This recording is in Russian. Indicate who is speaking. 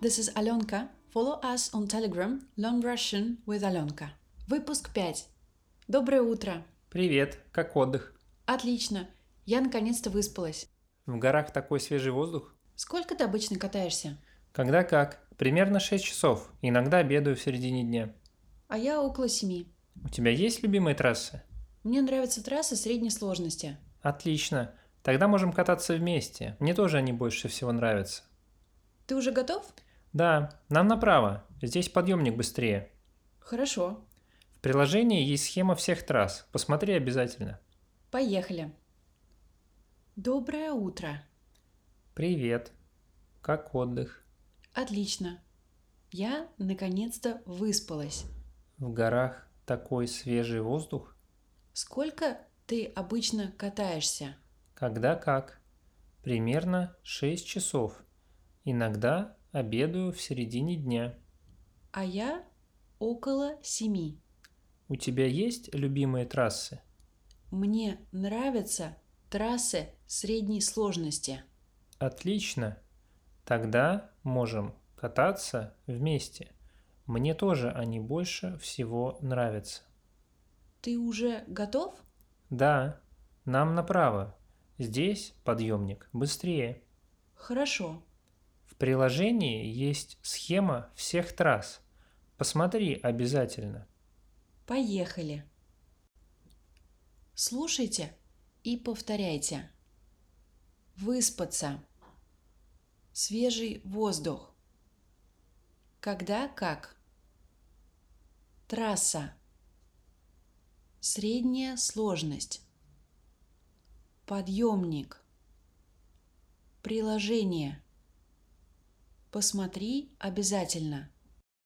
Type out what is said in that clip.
Speaker 1: This is Alenka. Follow us on Telegram. Learn Russian with Alenka. Выпуск 5. Доброе утро.
Speaker 2: Привет, как отдых?
Speaker 1: Отлично. Я наконец-то выспалась.
Speaker 2: В горах такой свежий воздух?
Speaker 1: Сколько ты обычно катаешься?
Speaker 2: Когда как? Примерно 6 часов. Иногда обедаю в середине дня.
Speaker 1: А я около семи.
Speaker 2: У тебя есть любимые трассы?
Speaker 1: Мне нравятся трассы средней сложности.
Speaker 2: Отлично. Тогда можем кататься вместе. Мне тоже они больше всего нравятся.
Speaker 1: Ты уже готов?
Speaker 2: Да, нам направо. Здесь подъемник быстрее.
Speaker 1: Хорошо.
Speaker 2: В приложении есть схема всех трасс. Посмотри обязательно.
Speaker 1: Поехали. Доброе утро.
Speaker 2: Привет. Как отдых?
Speaker 1: Отлично. Я наконец-то выспалась.
Speaker 2: В горах такой свежий воздух?
Speaker 1: Сколько ты обычно катаешься?
Speaker 2: Когда как? Примерно 6 часов. Иногда обедаю в середине дня.
Speaker 1: А я около семи.
Speaker 2: У тебя есть любимые трассы?
Speaker 1: Мне нравятся трассы средней сложности.
Speaker 2: Отлично. Тогда можем кататься вместе. Мне тоже они больше всего нравятся.
Speaker 1: Ты уже готов?
Speaker 2: Да, нам направо. Здесь подъемник быстрее.
Speaker 1: Хорошо.
Speaker 2: В приложении есть схема всех трасс. Посмотри обязательно.
Speaker 1: Поехали. Слушайте и повторяйте. Выспаться. Свежий воздух. Когда как. Трасса. Средняя сложность. Подъемник. Приложение. Посмотри обязательно.